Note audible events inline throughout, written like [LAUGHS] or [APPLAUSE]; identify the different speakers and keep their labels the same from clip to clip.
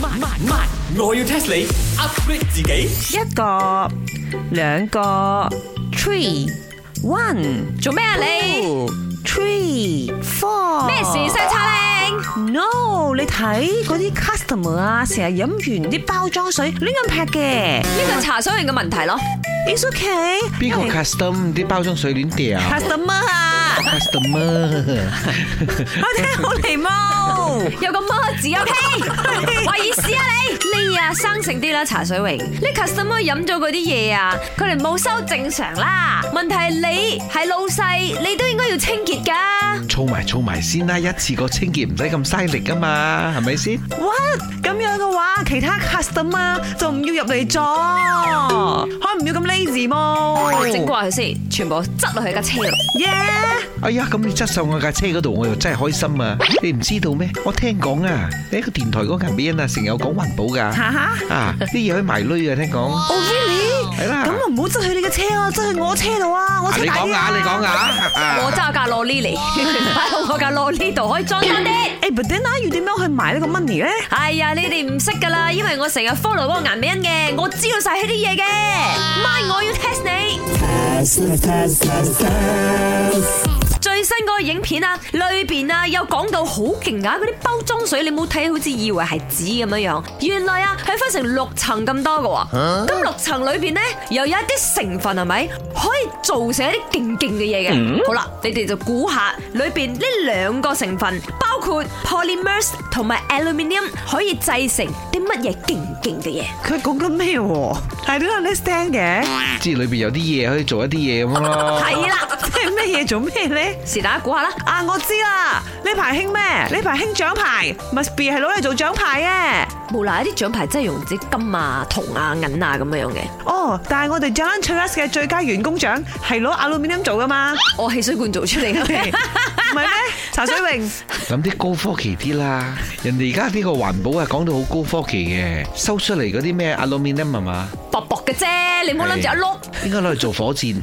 Speaker 1: 慢慢慢，我要 test 你 upgrade 自己。
Speaker 2: 一個兩個 three one
Speaker 3: 做咩啊你？
Speaker 2: three four
Speaker 3: 咩事西叉拎？
Speaker 2: 哦？No，你睇嗰啲 customer 啊，成日飲完啲包裝水亂咁劈嘅
Speaker 3: 呢個茶水人嘅問題咯。
Speaker 2: ，it's okay
Speaker 4: 邊個
Speaker 2: 因為
Speaker 4: custom 啲包裝水亂掉
Speaker 2: customer à. 啊，
Speaker 4: ？customer
Speaker 2: 我聽好嚟冇。
Speaker 3: 有個乜字 OK？話意思啊你，你啊生性啲啦，茶水榮，你 customer 飲咗嗰啲嘢啊，佢哋冇收正常啦。問題係你係老細，你都應該要清潔噶。
Speaker 4: 儲埋儲埋先啦，一次過清潔唔使咁嘥力噶嘛，係咪先？
Speaker 2: 哇，咁樣嘅話，其他 customer 就唔要入嚟咗，可唔要咁 lazy 冇？
Speaker 3: 整過佢先，全部執落去架車度。
Speaker 2: Yeah
Speaker 4: 哎呀，咁你執上我架車嗰度，我又真係開心啊！你唔知道咩？我聽講啊，你喺個電台嗰間邊啊，成日有講環保噶，
Speaker 2: 哈哈
Speaker 4: 啊啲嘢可以埋堆啊，聽講。
Speaker 2: Oh really？
Speaker 4: 係啦
Speaker 2: 咁啊唔好執去你嘅車啊，執去我車度啊，我
Speaker 4: 啊
Speaker 2: 車
Speaker 4: 你
Speaker 2: 大
Speaker 4: 講
Speaker 2: 啲啊
Speaker 4: 啊，你講啊啊，
Speaker 3: 我揸架羅莉嚟， [LAUGHS] 擺到我架羅莉度可以裝翻啲。
Speaker 2: 誒，but then 啊要點樣去買呢個 money 咧？
Speaker 3: 哎呀，你哋唔識噶啦，因為我成日 follow 嗰個顏美欣嘅，我知道晒佢啲嘢嘅。咪我要 test 你。最新嗰個影片啊，裏邊啊有講到好勁啊，嗰啲包裝水你冇睇，好似以為係紙咁樣樣，原來啊佢分成六層咁多嘅喎。咁六層裏邊呢，又有一啲成分係咪可以做成一啲勁勁嘅嘢嘅？好啦，你哋就估下裏邊呢兩個成分，包括 polymers 同埋 aluminium 可以製成啲乜嘢勁勁嘅嘢？
Speaker 2: 佢講緊咩喎？I don't understand 嘅，
Speaker 4: 知裏邊有啲嘢可以做一啲嘢咁咯。
Speaker 3: 係啦，
Speaker 2: 即係咩嘢做咩咧？
Speaker 3: 是大家估下啦。
Speaker 2: 啊，我知啦，呢排興咩？呢排興獎牌，must be 係攞嚟做獎牌啊嘅。
Speaker 3: 無賴啲獎牌真係用啲金啊、銅啊、銀啊咁樣樣嘅。
Speaker 2: 哦，但係我哋 Jalan Cheras 嘅最佳員工獎係攞 aluminium 做噶嘛？
Speaker 3: 我汽水罐做出嚟嘅咩。
Speaker 2: 唔係
Speaker 4: [LAUGHS]
Speaker 2: 咩？茶水榮，
Speaker 4: 諗啲高科技啲啦，人哋而家呢個環保啊講到好高科技嘅，收出嚟嗰啲咩 aluminium 係嘛，
Speaker 3: 薄薄嘅啫，你唔好諗住一碌
Speaker 4: 哎應該攞嚟做火箭，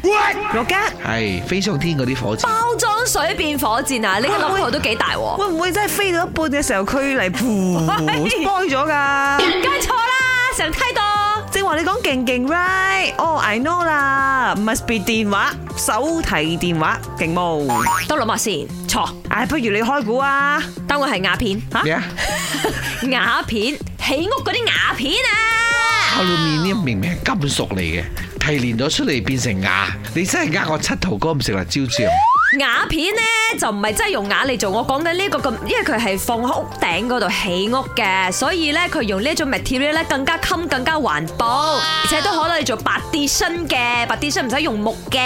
Speaker 2: 羅家
Speaker 4: 係飛上天嗰啲火箭。
Speaker 3: 包裝水變火箭啊！你嘅諗頭都幾大喎，
Speaker 4: 啊
Speaker 2: 會唔會真係飛到一半嘅時候佢嚟
Speaker 4: [LAUGHS] 哎
Speaker 2: 噗 spoil 咗㗎？
Speaker 3: 唔該錯啦，成梯度。
Speaker 2: 正話你講勁勁 right，哦、I know 啦，must be 電話，手提電話勁冇，
Speaker 3: 都諗下先，錯，
Speaker 2: 唉、不如你開估啊，
Speaker 3: 當我係瓦片嚇，
Speaker 4: 咩啊
Speaker 3: [LAUGHS] 瓦片起屋嗰啲瓦片啊！
Speaker 4: ？aluminium 明明係金屬嚟嘅，提煉咗出嚟變成牙，你真係呃我七頭哥唔食辣椒醬。
Speaker 3: 瓦片咧就唔係真係用瓦嚟做，我講緊呢個咁，因為佢係放喺屋頂嗰度起屋嘅，所以咧佢用呢一種 material 咧更加襟、更加環保，而且都可攞嚟做白啲身嘅，白啲身唔使用木嘅。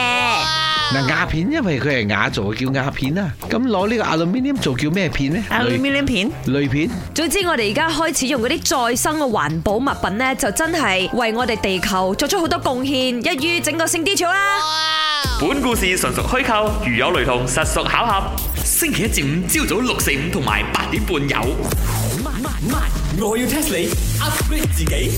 Speaker 4: 嗱，瓦片因為佢係瓦做，叫瓦片啊。咁攞呢個 aluminium 做叫咩片呢？
Speaker 2: 啊 m i
Speaker 4: 鋁
Speaker 2: l 片，
Speaker 4: 鋁片。
Speaker 3: 總之，我哋而家開始用嗰啲再生嘅環保物品呢，就真係為我哋地球作出好多貢獻，一於整個聖 D 潮啦。
Speaker 1: 本故事純屬虛構，如有雷同，實屬巧合。星期一至五朝早六四五同埋八點半有。慢慢慢，我要 test 你 upgrade 自己。